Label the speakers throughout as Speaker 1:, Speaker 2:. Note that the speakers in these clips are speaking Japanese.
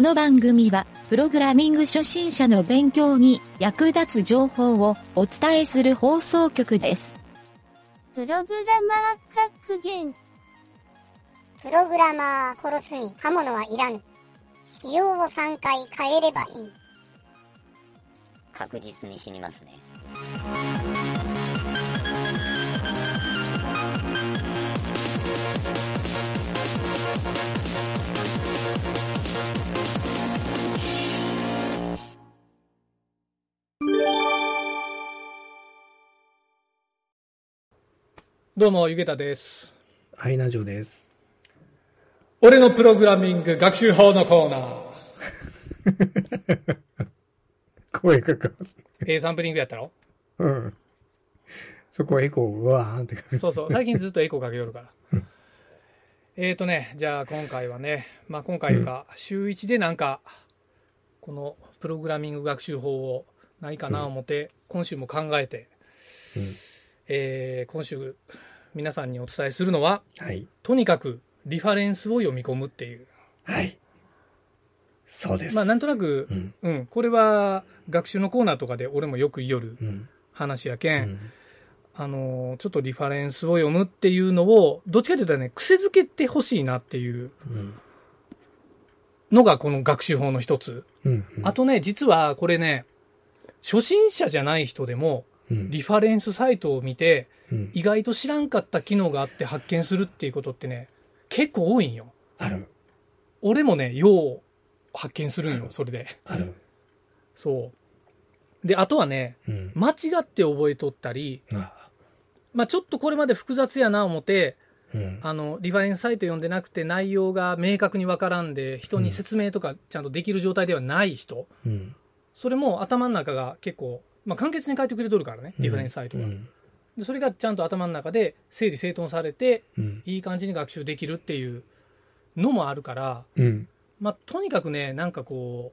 Speaker 1: の番組は、プログラミング初心者の勉強に役立つ情報をお伝えする放送局です。
Speaker 2: プログラマー格言。
Speaker 3: プログラマー殺すに刃物はいらぬ。仕様を3回変えればいい。
Speaker 4: 確実に死にますね。
Speaker 5: どうも、ゆげたです。
Speaker 6: アイナジョです。
Speaker 5: 俺のプログラミング学習法のコーナー。
Speaker 6: 声がかかる。
Speaker 5: ええサンプリングやったろ
Speaker 6: うん。そこエコー、うわーんってかかる。
Speaker 5: そうそう。最近ずっとエコーかけよるから。えーとね、じゃあ今回はね、まあ今回いうか、週1でなんか、このプログラミング学習法をないかな思って、今週も考えて、えー今週皆さんにお伝えするのは、
Speaker 6: はい。
Speaker 5: とにかくリファレンスを読み込むっていう。
Speaker 6: はい。そうです。
Speaker 5: まあなんとなく、
Speaker 6: うん。
Speaker 5: うん、これは学習のコーナーとかで俺もよく言いよる
Speaker 6: うん。
Speaker 5: 話やけ、
Speaker 6: うんん。
Speaker 5: あのーちょっとリファレンスを読むっていうのを、どっちかというとね、癖づけてほしいなっていう
Speaker 6: うん。
Speaker 5: のがこの学習法の一つ。
Speaker 6: うん。
Speaker 5: あとね、実はこれね、初心者じゃない人でも、
Speaker 6: うん、
Speaker 5: リファレンスサイトを見て、
Speaker 6: うん。
Speaker 5: 意外と知らんかった機能があって発見するっていうことってね、結構多いんよ。
Speaker 6: ある。
Speaker 5: 俺もね、よう発見するんよ、それで。
Speaker 6: ある。
Speaker 5: そう。で、あとはね、
Speaker 6: うん。
Speaker 5: 間違って覚えとったり、
Speaker 6: あ
Speaker 5: まあちょっとこれまで複雑やな思って、
Speaker 6: うん。
Speaker 5: あの、リファレンスサイト読んでなくて内容が明確にわからんで、人に説明とかちゃんとできる状態ではない人、
Speaker 6: うん。
Speaker 5: それも頭の中が結構、まあ、簡潔に書いてくれとるからね、リファレンスサイトが。
Speaker 6: うん。
Speaker 5: でそれがちゃんと頭の中で整理整頓されて、
Speaker 6: うん。
Speaker 5: いい感じに学習できるっていうのもあるから、
Speaker 6: うん。
Speaker 5: まあ、とにかくね、なんかこ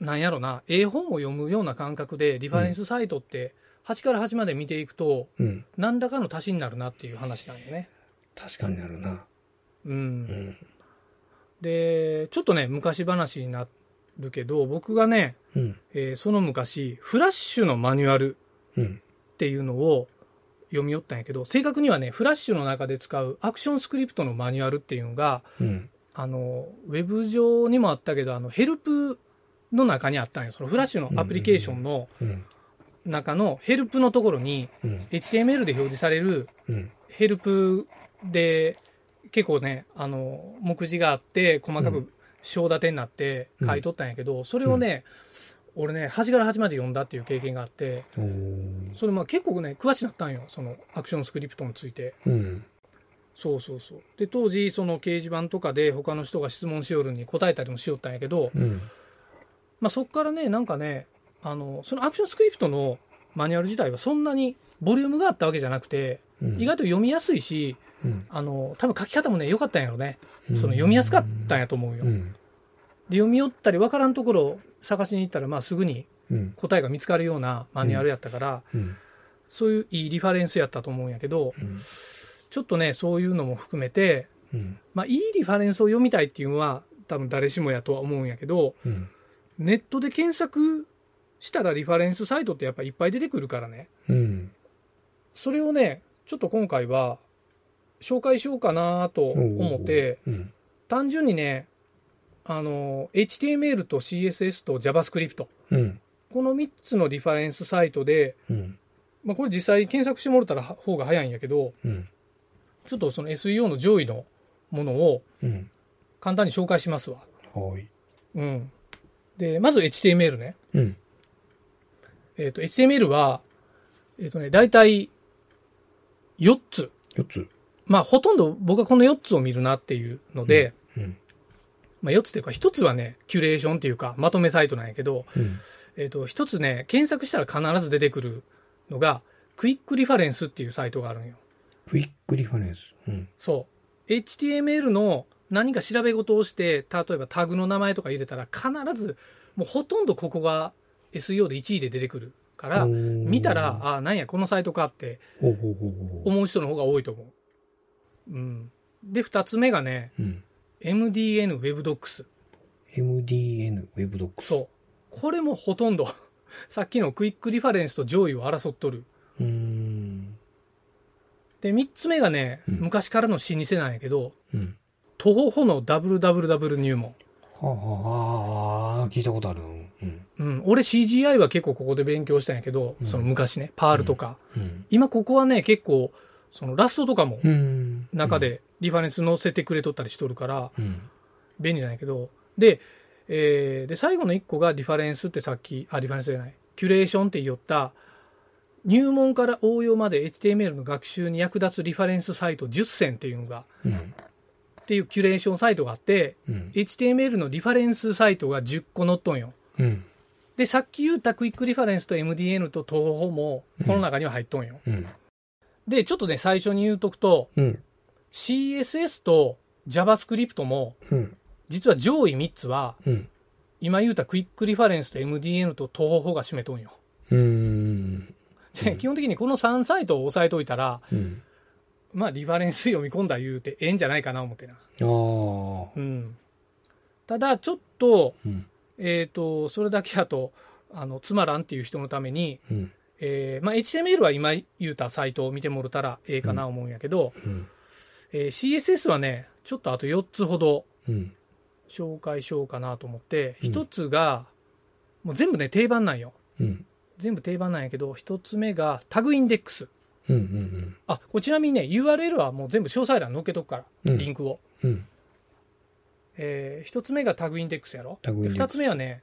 Speaker 5: う、なんやろな、絵本を読むような感覚で、リファレンスサイトって、端から端まで見ていくと、
Speaker 6: うん。
Speaker 5: 何らかの足しになるなっていう話なんよね。
Speaker 6: 確かになるな。
Speaker 5: う。
Speaker 6: うんん。
Speaker 5: で、ちょっとね、昔話になるけど、僕がね、
Speaker 6: うん。
Speaker 5: えーその昔、フラッシュのマニュアル
Speaker 6: うん。
Speaker 5: っていうのを読み寄ったんやけど、正確にはね、フラッシュの中で使うアクションスクリプトのマニュアルっていうのが、
Speaker 6: うん。
Speaker 5: あの、ウェブ上にもあったけど、あの、ヘルプの中にあったんよ。そのフラッシュのアプリケーションの
Speaker 6: うん。
Speaker 5: 中のヘルプのところに、
Speaker 6: うん。
Speaker 5: HTML で表示される
Speaker 6: うん。
Speaker 5: ヘルプで、結構ね、あの、目次があって、細か
Speaker 6: う
Speaker 5: く章立てになって書いとったんやけど、それをね、俺ね、端から端まで読んだっていう経験があって、
Speaker 6: おー
Speaker 5: それまあ結構ね、詳しくなったんよ。そのアクションスクリプトについて。
Speaker 6: うん。
Speaker 5: そうそうそう。で、当時、その掲示板とかで他の人が質問しよるに答えたりもしよったんやけど、
Speaker 6: うん。
Speaker 5: まあそっからね、なんかね、あの、そのアクションスクリプトのマニュアル自体はそんなにボリュームがあったわけじゃなくて、
Speaker 6: うん
Speaker 5: 意外と読みやすいし、
Speaker 6: うん
Speaker 5: あの、多分書き方もね、良かったんやろね。
Speaker 6: うん
Speaker 5: その読みやすかったんやと思うよ。
Speaker 6: う
Speaker 5: で、
Speaker 6: ん。
Speaker 5: 読み寄ったり分からんところを探しに行ったら、まあすぐに
Speaker 6: うん。
Speaker 5: 答えが見つかるようなマニュアルやったから、
Speaker 6: うん。
Speaker 5: そういういいリファレンスやったと思うんやけど、
Speaker 6: うん
Speaker 5: ちょっとね、そういうのも含めて、
Speaker 6: うん。
Speaker 5: まあ、いいリファレンスを読みたいっていうのは、多分誰しもやとは思うんやけど、
Speaker 6: うん。
Speaker 5: ネットで検索したらリファレンスサイトってやっぱいっぱい出てくるからね。
Speaker 6: うん。
Speaker 5: それをね、ちょっと今回は、紹介しようかなと思って、
Speaker 6: うん。
Speaker 5: 単純にね、あの、HTML と CSS と JavaScript。
Speaker 6: うん。
Speaker 5: この3つのリファレンスサイトで、
Speaker 6: うん。
Speaker 5: まあ、これ実際検索してもらったら方が早いんやけど、
Speaker 6: うん。
Speaker 5: ちょっとその SEO の上位のものを
Speaker 6: うん。
Speaker 5: 簡単に紹介しますわ。
Speaker 6: はい。
Speaker 5: うん。で、まず HTML ね。
Speaker 6: うん。
Speaker 5: えっ、と、HTML は、えっ、とね、だいたい4つ。
Speaker 6: 四つ。
Speaker 5: まあ、ほとんど僕はこの4つを見るなっていうので、
Speaker 6: うん。
Speaker 5: まあ4つっていうか、1つはね、キュレーションっていうか、まとめサイトなんやけど、
Speaker 6: うん。
Speaker 5: えっ、と、1つね、検索したら必ず出てくるのが、クイックリファレンスっていうサイトがあるんよ。
Speaker 6: クイックリファレンス。うん。
Speaker 5: そう。HTML の何か調べ事をして、例えばタグの名前とか入れたら必ず、もうほとんどここが SEO で1位で出てくるから、見
Speaker 6: 見
Speaker 5: たら、、ああ、なんや、このサイトかって
Speaker 6: ほうほうほうほうほ
Speaker 5: 思う人の方が多いと思う。うん。で、二つ目がね、
Speaker 6: う。うん。
Speaker 5: MDN WebDocs。
Speaker 6: MDN ウェブドックス。
Speaker 5: そうこれもほとんど さっきのクイックリファレンスと上位を争っとる
Speaker 6: うーん。
Speaker 5: で3つ目がね、
Speaker 6: うん
Speaker 5: 昔からの老舗なんやけど
Speaker 6: うん。
Speaker 5: 徒歩歩の WWW 入門
Speaker 6: はあ、はあ、ああ、聞いたことある。うん。
Speaker 5: うん、俺 CGI は結構ここで勉強したんやけど、
Speaker 6: うん
Speaker 5: その昔ね、パールとか。
Speaker 6: うん。
Speaker 5: 今ここはね、結構、そのラストとかも
Speaker 6: うん。
Speaker 5: 中。でリファレンス載せてくれとったりしとるから、
Speaker 6: うん。
Speaker 5: 便利なんやけど、で、えーで、最後の1個がリファレンスってさっき、あ、リファレンスじゃない、キュレーションって言った、入門から応用まで HTML の学習に役立つリファレンスサイト10選っていうのが、
Speaker 6: うん。
Speaker 5: っていうキュレーションサイトがあって、
Speaker 6: うん。
Speaker 5: HTML のリファレンスサイトが10個載っとんよ。
Speaker 6: うん。
Speaker 5: でさっき言ったクイックリファレンスと MDN と東宝もこの中には入っとんよ、
Speaker 6: うん。
Speaker 5: でちょっとね最初に言うとくと
Speaker 6: うん。
Speaker 5: CSS と JavaScript も
Speaker 6: うん。
Speaker 5: 実は上位3つは
Speaker 6: うん。
Speaker 5: 今言うたクイックリファレンスと MDN と東宝が占めとんよ
Speaker 6: うん。
Speaker 5: で基本的にこの3サイトを押さえといたら
Speaker 6: うん。
Speaker 5: まあリファレンス読み込んだ言うてええんじゃないかな思ってな
Speaker 6: ああ。
Speaker 5: うんただちょっと
Speaker 6: うん。
Speaker 5: えっ、とそれだけやとあのつまらんっていう人のために
Speaker 6: うん。
Speaker 5: えーまあ、HTML は今言うたサイトを見てもろたらええかな思うんやけど、
Speaker 6: うん。
Speaker 5: えー CSS はねちょっとあと4つほど
Speaker 6: うん。
Speaker 5: 紹介しようかなと思って
Speaker 6: うん
Speaker 5: 1つが、もう全部ね定番なんよ
Speaker 6: うん。
Speaker 5: 全部定番なんやけど1つ目がタグインデックス
Speaker 6: うん。うん。
Speaker 5: あこれちなみにね URL はもう全部詳細欄に載っけとくから、
Speaker 6: うん
Speaker 5: リンクを、
Speaker 6: うん。
Speaker 5: え1つ目がタグインデックスやろ
Speaker 6: タグインデックス
Speaker 5: 2つ目はね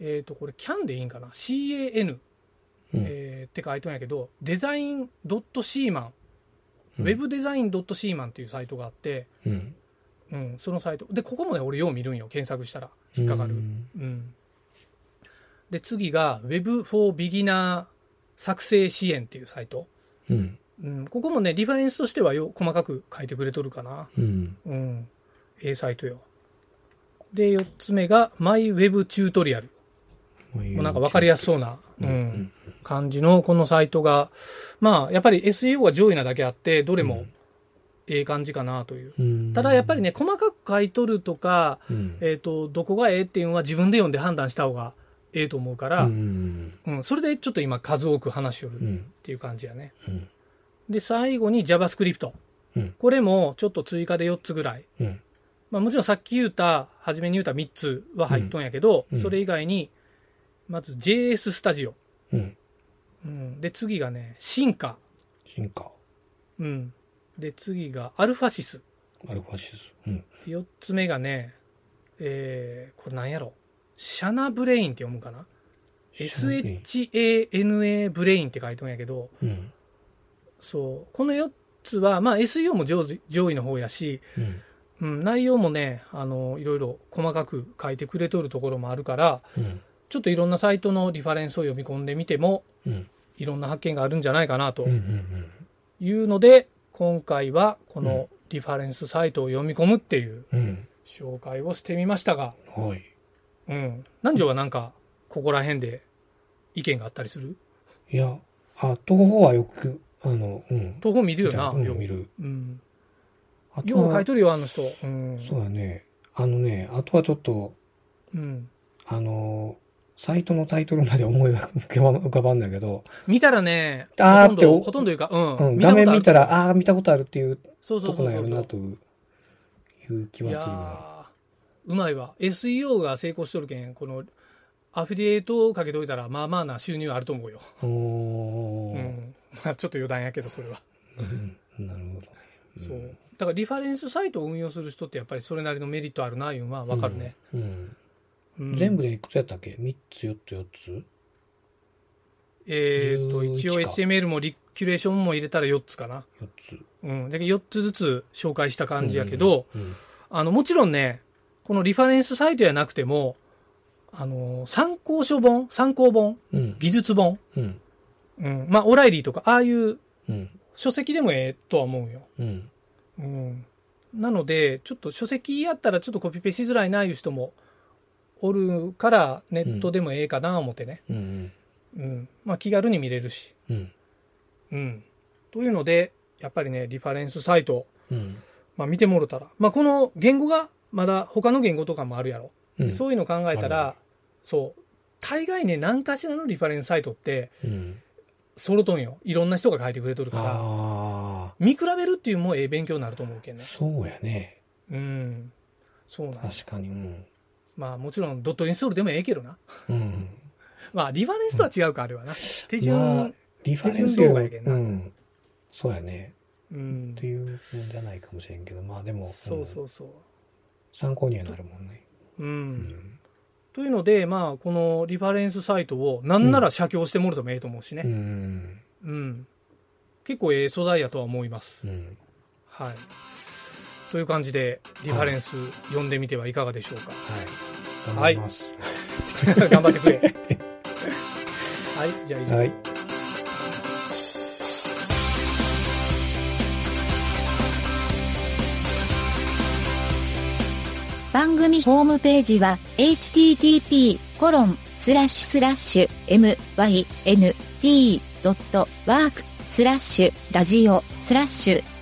Speaker 5: えっ、とこれ CAN でいいんかな CAN、
Speaker 6: うん
Speaker 5: えーって書いとんやけどデザイン .cman ウェブデザイン .cman っていうサイトがあって、
Speaker 6: うん。
Speaker 5: うん、そのサイト。で、ここもね、俺よう見るんよ。検索したら。引っかかる。うん。で、次が Web for Beginner 作成支援っていうサイト。
Speaker 6: うん。
Speaker 5: うん、ここもね、リファレンスとしてはよ、細かく書いてくれとるかな。
Speaker 6: うん。
Speaker 5: うん。ええサイトよ。で、4つ目が MyWeb チュートリアル。もうなんか分かりやすそうな、うん
Speaker 6: うん
Speaker 5: 感じのこのサイトが、まあ、やっぱり SEO が上位なだけあって、どれ
Speaker 6: う
Speaker 5: も
Speaker 6: ん
Speaker 5: ええ感じかなという。
Speaker 6: うん。
Speaker 5: ただやっぱりね、細かく書いとるとか、
Speaker 6: うん、
Speaker 5: えっ、と、どこがええっていうのは自分で読んで判断した方がええと思うから、
Speaker 6: う
Speaker 5: うん、
Speaker 6: ん。
Speaker 5: それでちょっと今数多く話しよる
Speaker 6: う
Speaker 5: っ
Speaker 6: ん。
Speaker 5: ていう感じやね。
Speaker 6: うん
Speaker 5: で、最後に JavaScript。
Speaker 6: うん
Speaker 5: これもちょっと追加で4つぐらい。
Speaker 6: うん。
Speaker 5: まあもちろんさっき言った、初めに言った3つは入っとんやけど、
Speaker 6: うんうん
Speaker 5: それ以外に、まず JS スタジオ。
Speaker 6: うん。
Speaker 5: うん、で、次がね、進化。
Speaker 6: 進化。
Speaker 5: うん。で、次がアルファシス。
Speaker 6: アルファシス。うん。
Speaker 5: 4つ目がね、えー、これなんやろシャナブレインって読むかな
Speaker 6: シャナブレイン
Speaker 5: ?SHANA ブレインって書いとんやけど、
Speaker 6: うん。
Speaker 5: そう、この4つは、まあ SEO も上位上位の方やし、
Speaker 6: うん。
Speaker 5: うん、内容もね、あの、いろいろ細かく書いてくれとるところもあるから、
Speaker 6: うん。
Speaker 5: ちょっといろんなサイトのリファレンスを読み込んでみても、
Speaker 6: うん。
Speaker 5: いろんな発見があるんじゃないかなと
Speaker 6: うん。うん。
Speaker 5: いうので、今回はこ
Speaker 6: う
Speaker 5: のリファレンスサイトを読み込むっていう
Speaker 6: うん。
Speaker 5: 紹介をしてみましたが、
Speaker 6: はい。
Speaker 5: うん。南條はなんか、ここら辺で意見があったりする
Speaker 6: いや、あ、東方はよく、あの、うん。
Speaker 5: 東方見るよな、
Speaker 6: うん
Speaker 5: よう
Speaker 6: 見る。
Speaker 5: うん。
Speaker 6: あと
Speaker 5: よ
Speaker 6: は
Speaker 5: う書いとるよ、あの人。うん。
Speaker 6: そうだね。あのね、あとはちょっと、
Speaker 5: うん。
Speaker 6: あの、サイトのタイトルまで思いが浮かば浮かばんだけど、
Speaker 5: 見たらね、
Speaker 6: あー
Speaker 5: ほとんど、
Speaker 6: って
Speaker 5: ほとんどいうか、う。
Speaker 6: うんん、画面見た
Speaker 5: ら、
Speaker 6: ら、ああー、見たことあるっていう
Speaker 5: そうそ
Speaker 6: と
Speaker 5: う
Speaker 6: こ
Speaker 5: そう
Speaker 6: なんや
Speaker 5: そう
Speaker 6: ろ
Speaker 5: そう
Speaker 6: なという気
Speaker 5: い
Speaker 6: は
Speaker 5: や
Speaker 6: するな。
Speaker 5: ーうまいわ。SEO が成功しとるけん、この、アフィリエイトをかけといたら、まあまあな収入あると思うよ。
Speaker 6: お
Speaker 5: う
Speaker 6: ー
Speaker 5: ん。 まあ、ちょっと余談やけど、それは。
Speaker 6: うんなるほどね。ん
Speaker 5: そう。だから、リファレンスサイトを運用する人って、やっぱりそれなりのメリットあるな、いうのはわかるね。
Speaker 6: うん。
Speaker 5: うん
Speaker 6: 全部でいくつやったっけ ?3 つ、4つ、4つ
Speaker 5: えー、と、
Speaker 6: 11
Speaker 5: 一応
Speaker 6: か
Speaker 5: HTML もリキュレーションも入れたら4つかな。
Speaker 6: ?4 つ。
Speaker 5: うん。だけど4つずつ紹介した感じやけど、
Speaker 6: うん、
Speaker 5: あの、もちろんね、このリファレンスサイトやなくても、あの、参考書本、参考本、
Speaker 6: うん。
Speaker 5: 技術本、
Speaker 6: うん。
Speaker 5: うん。まあ、オライリーとか、ああいう
Speaker 6: うん。
Speaker 5: 書籍でもええとは思うよ。
Speaker 6: うん。
Speaker 5: うん。なので、ちょっと書籍やったらちょっとコピペしづらいな、いう人もおるから、ネットでもええかな、思ってね。
Speaker 6: うん。うん。
Speaker 5: うん。まあ、気軽に見れるし。
Speaker 6: うん。
Speaker 5: うん。というので、やっぱりね、リファレンスサイト、
Speaker 6: うん。
Speaker 5: まあ見てもろたら、まあこの言語がまだ他の言語とかもあるやろ。
Speaker 6: うん。
Speaker 5: そういうの考えたら、
Speaker 6: はいは
Speaker 5: そう大概ね何かしらのリファレンスサイトって
Speaker 6: うん。
Speaker 5: ソロとんよいろんな人が書いてくれとるから
Speaker 6: あ
Speaker 5: 見比べるっていうのもええ勉強になると思うけん
Speaker 6: あ、
Speaker 5: ね
Speaker 6: そうやね。
Speaker 5: うんそうなんです
Speaker 6: 確かに。うん。
Speaker 5: まあもちろんドットインストールでもええけどな
Speaker 6: うん。
Speaker 5: まあリファレンスとは違うかあれはな手順、
Speaker 6: まあリファレン
Speaker 5: 手
Speaker 6: ス量
Speaker 5: 順動
Speaker 6: う。
Speaker 5: 画やけんなん
Speaker 6: そうやね。
Speaker 5: うん
Speaker 6: というのじゃないかもしれんけど、まあでも、
Speaker 5: そうそ
Speaker 6: うん
Speaker 5: うそ
Speaker 6: 参考にはなるもんね。
Speaker 5: ううん、
Speaker 6: うん。
Speaker 5: というのでまあこのリファレンスサイトをなんなら写経してもろてもええと思うし
Speaker 6: う
Speaker 5: ね
Speaker 6: ん。
Speaker 5: うん、結構ええ素材やとは思います
Speaker 6: うん。
Speaker 5: はいという感じでリファレンス読んでみてはいかがでしょうか
Speaker 6: はい。頑張ります。
Speaker 5: 頑張ってくれ。はい、じゃあ以上。
Speaker 6: はい。
Speaker 1: 番組ホームページは http://mynt.work/.radio/.